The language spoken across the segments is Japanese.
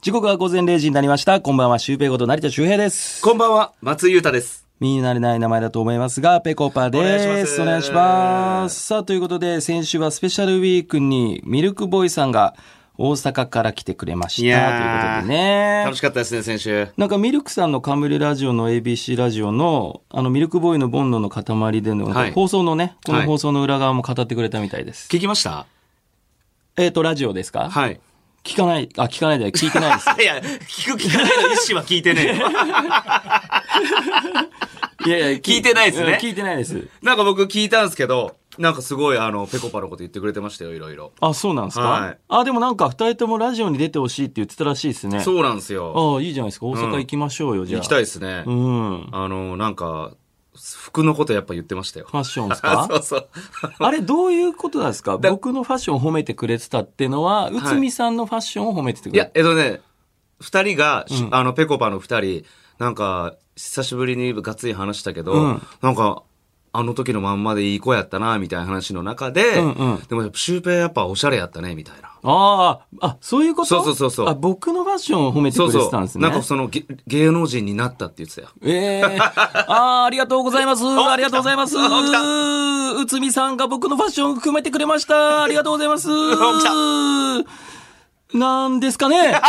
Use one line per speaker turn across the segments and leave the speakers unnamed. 時刻は午前0時になりました。こんばんは、シュウペイこと成田修平です。
こんばんは、松井裕太です。
身になれない名前だと思いますが、ペコパです。お
お
願
願
い
い
し
します
ます。さあ、ということで、先週はスペシャルウィークに、ミルクボーイさんが大阪から来てくれました。
いやー
ということでね。
楽しかったですね、先週。
なんかミルクさんの冠ラジオの ABC ラジオの、あのミルクボーイのボンドの塊での、
はい
放送のね、この
はい
放送の裏側も語ってくれたみたいです。
聞きました
えっ、と、ラジオですか、
はい。
聞かない、あ、聞かないで、聞いてないです。
いや、聞く聞かないの意思は聞いてねえよ。
いやいや、
聞 いてないですね
うん聞いてないです。
なんか僕聞いたんですけど、なんかすごい、あの、ぺこぱのこと言ってくれてましたよ、いろいろ。
あ、そうなんですか、
はい
あ、でもなんか二人ともラジオに出てほしいって言ってたらしいですね。
そうなんですよ。
ああ、いいじゃないですか。大阪行きましょうよ、じゃあ。
行きたいですね
う。ん。
あの、なんか、服のことやっぱ言ってましたよ。
ファッションです か
あそうそう。
あれ、どういうことなんですか
だ
僕のファッションを褒めてくれてたっていうのは、内海さんのファッションを褒めててく
い
れ
や
て、
えっとね、二人が、しあの、ぺこぱの二人、なんか、久しぶりにがっつり話したけど、
うん
なんか、あの時のまんまでいい子やったな、みたいな話の中で、
うんうん
でもやっぱ、シュウペイやっぱおしゃれやったね、みたいな。
ああ、あ、そういうこと
そうそうそうそう
あ、僕のファッションを褒めてく
そう
れて
そ
たんです
う。
ね。
なんかその、げ芸能人になったって言ってたよ。
ええ ああ、ありがとうございます。ありがとうございます。
来た来
うつみさんが僕のファッションを含めてくれました。ありがとうござい ます。なんですか ね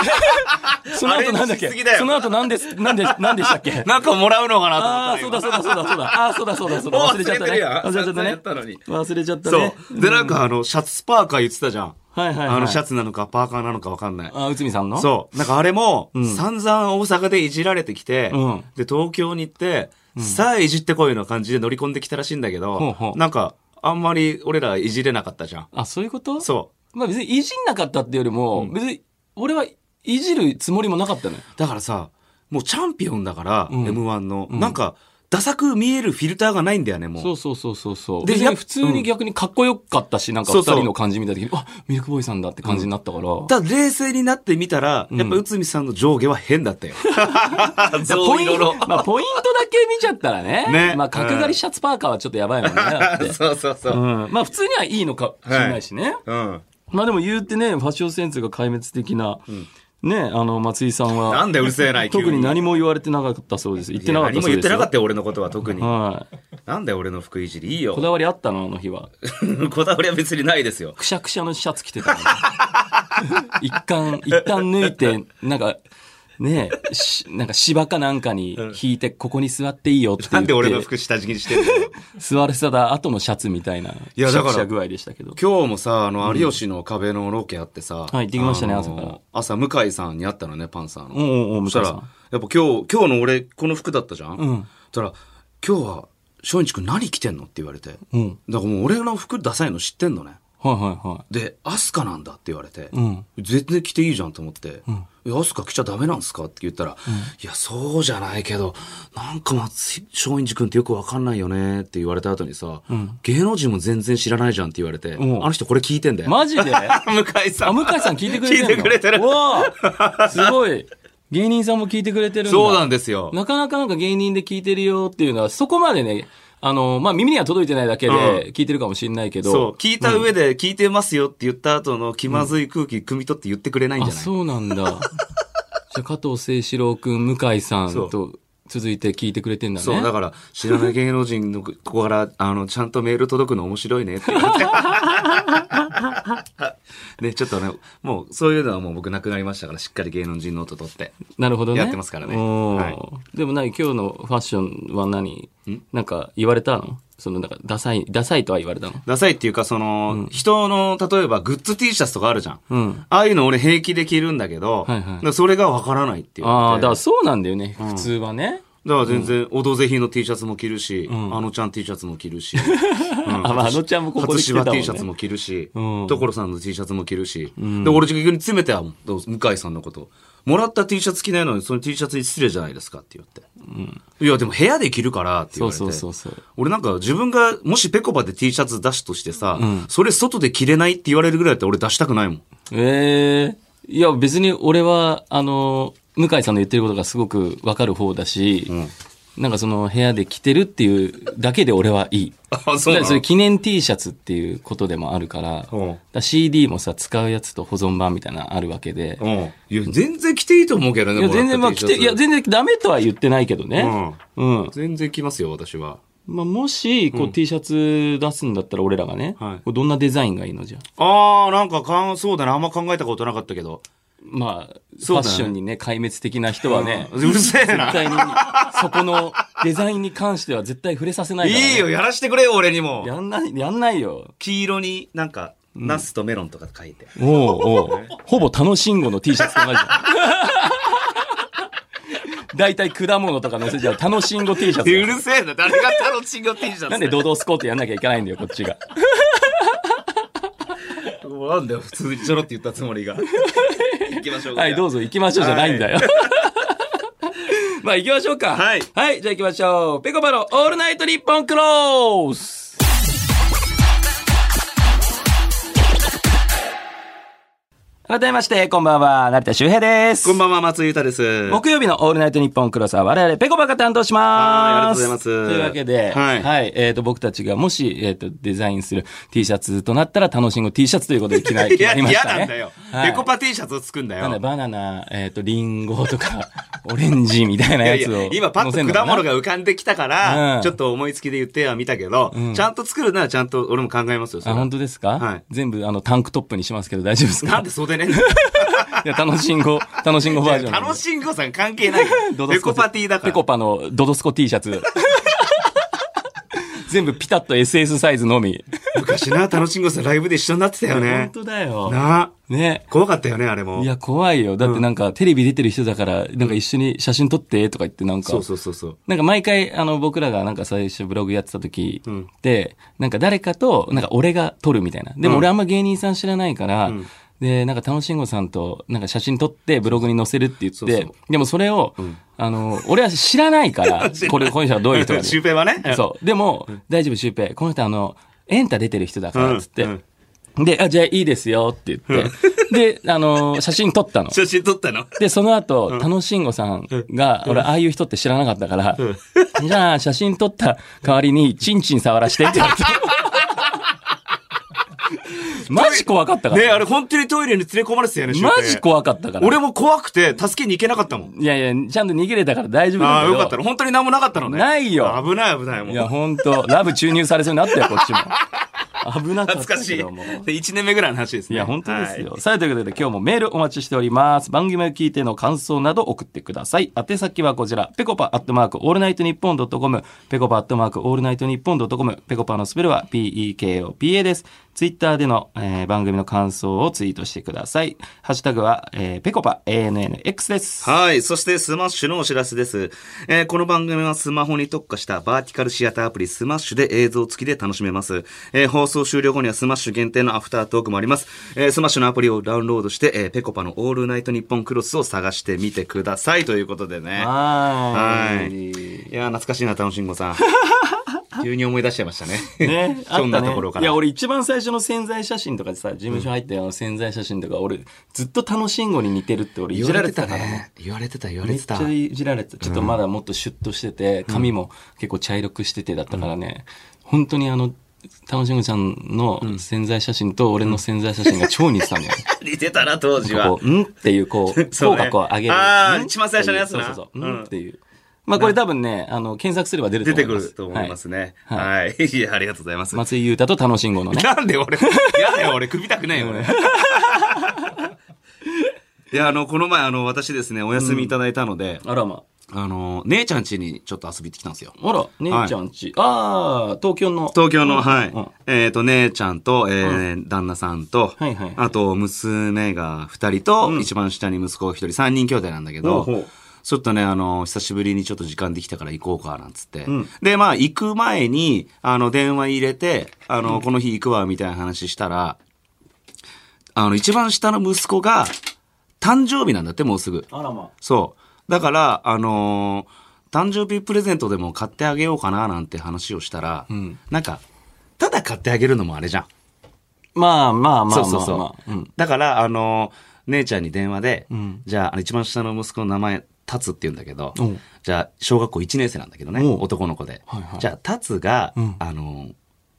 その後なんだっ
アレンジし
け
すぎだよ
その後なんです、なんで、なんでしたっ け
なんかもらうのかなと
ああ、そうだそうだそうだそうだ。ああ、そうだそうだそうだ。
もう
忘れちゃったね。忘
忘
れち
れて
ゃったね。
るやん散々やったのに
忘れちゃったね
そ。う。で、なんかあの、シャツパーカー言ってたじゃん。
はいはいはい。
あの、シャツなのかパーカーなのかわかんない。
あ、うつみさんの
そう。なんかあれも、
ん
散々大阪でいじられてきて、
うん
で、東京に行って、さあいじってこいの感じで乗り込んできたらしいんだけど、
ほうほう
なんか、あんまり俺らいじれなかったじゃん。
あ、そういうこと
そ
まあ別にいじんなかったっていうよりも、別に俺はいじるつもりもなかったのよ。
う。だからさ、もうチャンピオンだから、
うん
M1 の、なんか、ダサく見えるフィルターがないんだよね、もう。
そうそうそうそうそう。
で
で、
やっ
普通に逆にかっこよかったし、なんか
そ
二
うそう
人の感じ見た時に、あ、ミルクボーイさんだって感じになったから。だ
ただ冷静になってみたら、やっぱ内海さんの上下は変だっ たよ。そういろいろ。
まあ、ポイントだけ見ちゃったらね。
ね
まあ、角刈りシャツパーカーはちょっとやばいもんね。だって
そうそうそうう。
ん。まあ、普通にはいいのかもしれないしね。
うん。
まあ、でも言うてね、ファッションセンスが壊滅的な、ね、あの、松井さん
な
は、
んでうるせえな、急
特に何も言われてなかったそうです。言ってなかった
何も
そう
言っ
です
て
よ。
なかったよ、俺のことは特に。
はい。
なんだよ、俺の服いじり。いい
こ
よ。
だわりあったのあの日は。
こだわりは別にないですよ。
くしゃくしゃのシャツ着てたの。 一旦、一旦脱いて、なんか、ねえ、しなんか芝かなんかに引いて、ここに座っていいよって言って。
なんで俺の服下敷きにしてんだよ。
座らせた後のシャツみたいな、
いや
くしゃ
だから
くしゃ具合でしたけど。
今日もさ、あの、有吉の壁のロケあってさ。
はい行ってきましたね
あの
朝から
朝、向井さんに会ったのね、パンサーの。
おうおうおう
そしたら、
向
や
井
っ
さん
ぱ今日、今日の俺、この服だったじゃん
うん。
そしたら、今日は、松陰寺君何着てんのって言われて。
うん。
だからもう俺の服ダサいの知ってんのね。
はいはいは
で、アスカなんだって言われて、
うん
全然着ていいじゃんと思って、えアスカ着ちゃダメなんですかって言ったら、いや、そうじゃないけど、なんか松井松陰寺君ってよくわかんないよねって言われた後にさ、芸能人も全然知らないじゃんって言われて、
ん
あの人これ聞いてんだ
い。
よ。
マジであ、
向井さん。
向井さん聞いてくれてるの
聞いてくれてる
わあすごい。芸人さんも聞いてくれてるんだ。
そうなんですよ。
なかなかなんか芸人で聞いてるよっていうのは、そこまでね、あの、まあ、耳には届いてないだけ
う
で聞いてるかもしれないけど。
そう。聞いた上で、聞いてますよって言った後の気まずい空気汲み取って言ってくれないんじゃない、
あ、そう なんだ。じゃあ、加藤誠志郎くん、向井さん
そう
と続いて聞いてくれてんだね。
そう、だから、知らない芸能人のここから、あの、ちゃんとメール届くの面白いねって言 われて。ね、ちょっとね、もう、そういうのはもう僕なくなりましたから、しっかり芸能人ノート取って。
なるほどね。
やってますからね
おー
は
でも何、今日のファッションは何なんか言われたのその、なんか、ダサい、ダサいとは言われたの
ダサいっていうか、その、人の、例えばグッズ T シャツとかあるじゃん。
うん。
ああいうの俺平気で着るんだけど、
はいはい
だからそれがわからないっていうので。
ああ、だか
だ
らそうなんだよね、普通はね。
から全然、オドぜひの T シャツも着るし、あのちゃん T シャツも着るし、うん
あ、まあ、あのちゃんもここで
初
来てたも
芝
ん
T
ね。
シャツも着るし、
うん
所さんの T シャツも着るし、で俺逆に詰めては向井さんのこともらった T シャツ着ないのにその T シャツに失礼じゃないですかって言って、いやでも部屋で着るからって言
そ
わ
う
れて
そうそうそう。
俺なんか自分がもしペコパで T シャツ出しとしてさ、それ外で着れないって言われるぐらいだったら俺出したくないもん
ええいや別に俺は、あの、向井さんの言ってることがすごくわかる方だし、なんかその部屋で着てるっていうだけで俺はいい。
あ、そ
だ
う
か
な
ら
の
それ記念 T シャツっていうことでもあるから、だか
うん
ら CD もさ、使うやつと保存版みたいなのあるわけで、
うん。いや、全然着ていいと思うけどね。
いや、全然、まあ、着て、いや、全然ダメとは言ってないけどね。
然。
うん。
全然着ますよ、私は。
まあ、もし、こう、T シャツ出すんだったら、俺らがね、
はい
これどんなデザインがいいのじゃあ。
あー、なんかかん、そうだね。あんま考えたことなかったけ ど。
まあ、フ
そう
ァ
だ
ッ
ね
ションにね、壊滅的な人はね、
うるせえ
絶
な。
対に、そこのデザインに関しては絶対触れさせないから、ね。
いいよ、やらしてくれよ、俺にも。
やんない、やんないよ。
黄色になんか、ナスとメロンとか書いて。
おうおう。ほぼ楽しんごの T シャツと同じだ。大体果物とか載せちゃう楽しんご T シャ
う
ツ。
る せえな。誰がタロチンゴ T シャツ
なんで堂々スコートやんなきゃいけないんだよ、こっちが。
なんだよ、普通にちょろって言ったつも りが。行きましょうか。
はい、どう
ぞ。
ぞ行きましょうじゃないんだよ。まあ行きましょうか。
はい
はい、じゃあ行きましょう。ぺこぱのオールナイトニッポンクロース改めまして、こんばんは、成田修平です。
こんばんは、松井裕太です。
木曜日のオールナイトニッポンクロスは我々ペコパが担当します。
はいありがとうございます
というわけで、は。
はいい
えっ、と、僕たちがもし、えっ、と、デザインする T シャツとなったら、楽しんご T シャツということで決まり
い
決ま
や、
りまし
嫌
たね。
なんだよ。
はい
ペコパ T シャツを作るんだ
なんだ
よ。
バナナ、えっ、と、リンゴとか、 オレンジみたいない
や
や
い
つを
や、今パッと果物
が。
が浮かんできたか
う
ら
ん、
ちょっと思いつきで言っては見たけど、ちゃんと作るならちゃんと俺も考えますよ、それ
あ、
は
本当ですか
はい
全部、あの、タンクトップにしますけど大丈夫です
な
か
んで 袖ね。
いや、楽しんご、楽しんごバージ ョンなんで。
楽しんごさん関係ないか
ドド
ら。ペ
スコ
コパ T だか
ペ
ら
コ。パのドドスコ T シャ ツ。全部ピタッと SS サイズのみ。
昔な、楽しんごさんライブで一緒になってたよ
本
ね。
当だよ。
な
ね。
怖かったよね、あれも
い。や、怖いよ。だってなんか、テレビ出てる人だから、なんか一緒に写真撮って、とか言って、なんか
そう、そうそうそう。
なんか毎回、あの、僕らがなんか最初ブログやってた時で、なんか誰かと、なんか俺が撮るみたいな。でも俺あんま芸人さん知らないから、で、なんか楽しんごさんと、なんか写真撮ってブログに載せるって言って、
そうそう
でもそれを、あの、俺は知らない から、これ、この人はどういう人かね
シュウペイはね。
そう。でも、大丈夫、シュウペイ。この人、あの、エンタ出てる人だから、つって。
うん
で、あ、じゃあいいですよ、って言って。で、あの、写真撮った の。
写真撮ったの。
で、その後、楽しんごさんが、俺、ああいう人って知らなかったから、じゃあ、写真撮った代わりに、チンチン触らしてって言われ て。マジ怖かったか
ね
ら。
あれ本当にトイレに連れ込まれてたよね、シュウペ
マ
イ
ジ怖かったから。
俺も怖くて、助けに行けなかったもん。
いやいや、ちゃんと逃げれたから大丈夫
あ
な
あ、
んだけ
よ
ど。
かったの。本当に何もなかったのね。
ないよ
危ない危ない、も。
いうや、ほんと、ラブ注入されそうになったよ、こっ ちも。危なかった
懐かし
け
い。で、
ども。
1年目ぐらいの話ですね。
いや、本当ですよ。
はい。
さあ、ということで今日もメールお待ちしております。番組を聞いての感想など送ってください。宛先はこちら、ぺこぱアットマークオールナイトニッポンドットコム、ぺこぱアットマークオールナイトニッポンドットコム、ぺこぱのスペルは PEKOPA です。ツイッターでの、えー番組の感想をツイートしてください。ハッシュタグは、えー、ぺこぱ ANNX です。
はい。そして、スマッシュのお知らせです。えーこの番組はスマホに特化したバーティカルシアターアプリスマッシュで映像付きで楽しめます。えー放送終了後にはスマッシュ限定のアフタートークもあります。えースマッシュのアプリをダウンロードして、えーぺこぱのオールナイトニッポンクロスを探してみてください。ということでね。
はーい。
いやー、懐かしいな、楽しん ごさん。急に思い出しちゃいましたね。、
ね
ひ
あ
ょ
っ
ん
た
な
ね
ところか。
い
ら。
や、俺一番最初の潜在写真とかでさ、事務所入ったような潜在写真とか、俺、ずっと楽しんごに似てるって俺いじられてたからね。。
言われてた、言わ
めっ
れ
てち
た。
ゃいじられてた。ちょっとまだもっとシュッとしてて、髪も結構茶色くしててだったからね、本当にあの、楽しんごちゃんの潜在写真と俺の潜在写真が超似てた のよ。
似てたな、当時
なんか
は
こ。う、んっていう、こう、
そ
口
うね
角を上げる。
あー
ん
一番最初のやつな
そうそうそう。
うん
んっていう。まあこれ多分ね、あの、検索すれば出ると
出
思い
てく
ます。
ると思います
は
ね。
は
はい。いや、ありがとうございます。
松井優太と楽しんごのね。
なんで俺、やだよ、俺、組みたくないよ、俺。いや、あの、この前、あの、私ですね、お休みいただいたので、
あらま。
あの、姉ちゃん家にちょっと遊びに行ってきたんですよ。
あら、姉ちゃんち。ああ、東京の。
東京の、はい。
うん
えっ、と、姉ちゃんと、えー旦那さんと、
はいはい
あと、娘が二人と、一番下に息子が一人、三人兄弟なんだけど、
ほうほう
ちょっとね、あの、久しぶりにちょっと時間できたから行こうか、なんつって、で、まあ、行く前に、あの、電話入れて、あの、この日行くわ、みたいな話したら、あの、一番下の息子が、誕生日なんだって、もうすぐ。
あらま。
そう。だから、あのー誕生日プレゼントでも買ってあげようかななんて話をしたら、なんか、ただ買ってあげるのもあれじゃん。
まあまあまあまあまあ。
そうそうそう。
うん
だから、あのー姉ちゃんに電話で、じゃあ、あの一番下の息子の名前、達って言うんだけど
うん、
じゃあ、小学校1年生なんだけどね、
おう
男の子で
はいはい。
じゃあ、達が
うん、
あの、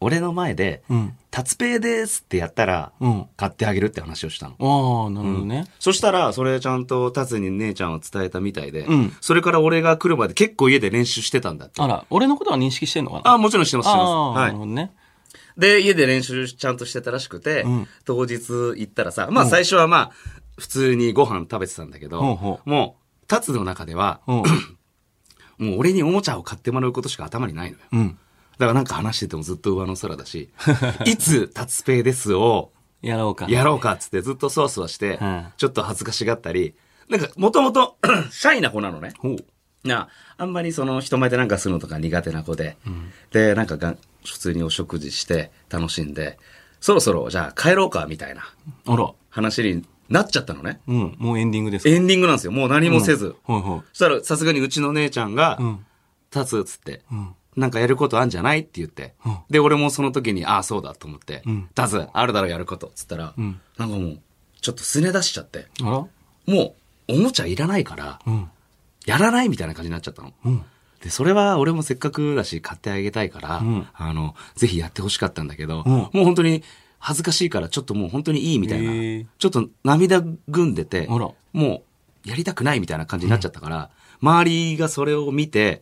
俺の前で
うん、
達ペイですってやったら、
うん。
買ってあげるって話をしたの。
ああ、なるほどね。
そしたら、それちゃんと達に姉ちゃんを伝えたみたいで、
うん
それから俺が来るまで結構家で練習してたんだって。
あら、俺のことは認識してんのかな
あ、もちろんしてます、してます。
あー、
は
ないるほ。どね。
で、家で練習ちゃんとしてたらしくて、
うん
当日行ったらさ、まあ最初はまあ、普通にご飯食べてたんだけど、
ほうほ
もう、タツの中では、
うん。
もう俺におもちゃを買ってもらうことしか頭にないのよ。
うん。
だからなんか話しててもずっと上の空だ し、いつタツペイですを
やろうか。
やろうかっつってずっとそわそわして、
うん
ちょっと恥ずかしがったり、なんかもともと シャイな子なのね。
ほう。
なあ、あんまりその人前でなんかするのとか苦手な子で、で、なんかがん普通にお食事して楽しんで、そろそろじゃあ帰ろうかみたいな
あら。
話になっちゃったのね。
うん。もうエンディングですか
エンディングなんですよ。もう何もせず。
ほうほう。
そしたらさすがにうちの姉ちゃんが
ん、
立つっつって、
うん。
なんかやることあんじゃないって言って、
うん
で、俺もその時に、ああ、そうだと思って
うん、
立つ、あるだろやることっつったら、
ん
なんかもう、ちょっとすね出しちゃって、
あら
もう、おもちゃいらないから、
うん。
やらないみたいな感じになっちゃったの。
うん。
で、それは俺もせっかくだし買ってあげたいから、
うん
あの、ぜひやってほしかったんだけど、
うん
もう本当に恥ずかしいからちょっともう本当にいいみたいな、
へー
ちょっと涙ぐんでて、
あら
もうやりたくないみたいな感じになっちゃったから、周りがそれを見て、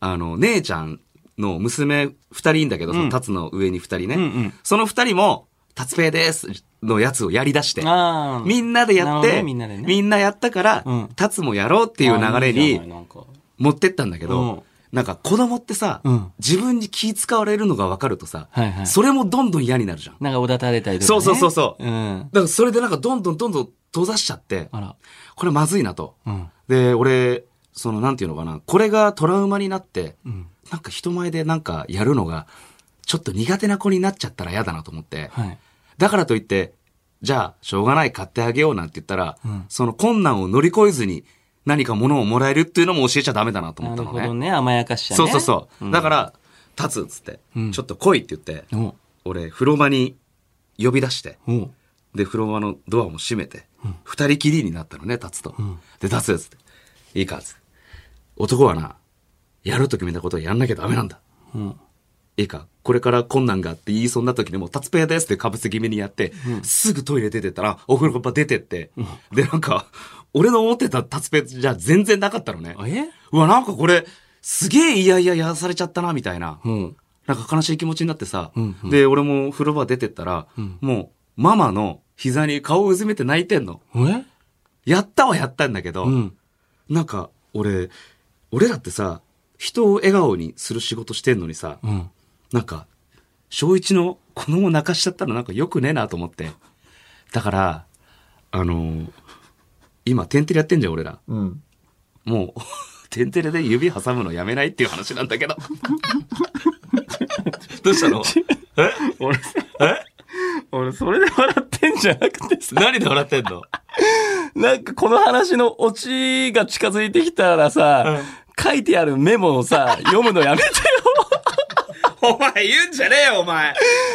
あの、姉ちゃんの娘二人いんだけど、その
うん
タツの上に二人ね、
うんうん
その二人も、タツペイですのやつをやり出して、
ああ。
みんなでやっ
なるほどね
て、
みんなでね。っ
みんなやったから、
うん
タツもやろうっていう流れに、
なんか。
持ってったんだけど、
うん
なんか子供ってさ、
うん
自分に気使われるのが分かるとさ、
はいはい。
それもどんどん嫌になるじゃん。だ
なんかおだたれたりとか、ね。
そうそうそうそう
うん。
からそれでなんかどんどんどんどん閉ざしちゃって、
あら。
これまずいなと。
うん。
で、俺、そのなんていうのかな、これがトラウマになって、
うん。
なんか人前でなんかやるのが、ちょっと苦手な子になっちゃったら嫌だなと思って、
はい。
だからといって、じゃあ、しょうがない買ってあげようなんて言ったら、
うん
その困難を乗り越えずに何か物をもらえるっていうのも教えちゃダメだなと思
な
った
る
の
ほ
ね
ど。ね。甘やかしちゃね。、
そうそうそう。だからら、立つっつって、
うん
ちょっと来いって言って、
お
俺、風呂場に呼び出して、
お
で、風呂場のドアも閉めて、二、人きりになったのね、立つと。
うん
で、立つっつって、いいかっつって。男はな、やると決めたことをやんなきゃダメなんだ。
うん。
いいか、これから困難があって言いそうになった時にもう、達ペアですってかぶせ気味にやって、すぐトイレ出てったら、お風呂場出てって、で、なんか、俺の思ってた達ペアじゃ全然なかったのね。
え
うわ、なんかこれ、すげえいやいややらされちゃったな、みたいな。
うん。
なんか悲しい気持ちになってさ、
うんうん
で、俺も風呂場出てったら、
ん
もう、ママの膝に顔をうずめて泣いてんの。
え
やったはやったんだけど、
うん。
なんか、俺、俺らってさ、人を笑顔にする仕事してんのにさ、
うん。
なんか、小一の子供泣かしちゃったらなんか良くねえなと思って。だから、あのー今、テンテレやってんじゃん、俺ら。
うん。
もう、 テンテレで指挟むのやめないっていう話なんだけど。 どうしたのえ
俺、え俺、それで笑ってんじゃなくてさ、
何で笑ってんの
なんかこの話のオチが近づいてきたらさ、書いてあるメモをさ、読むの やめてよ。
お前言うんじゃねえよ、お前。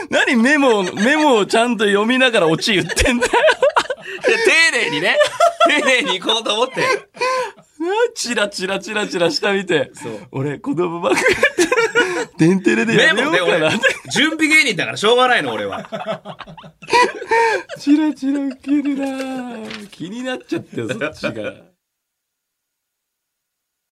何メモを、メモをちゃんと読みながらオチ言ってんだよ。
いや丁寧にね、丁寧に行こうと思って。
チラチラチラチラ下見て
そう。
俺、子供ばっかりやってる。デンテレで
で
やめよ
も
う
ね、
かな
俺。、準備芸人だからしょうがないの、俺は。
チラチラウケるなぁ気になっちゃったよ、そっちが。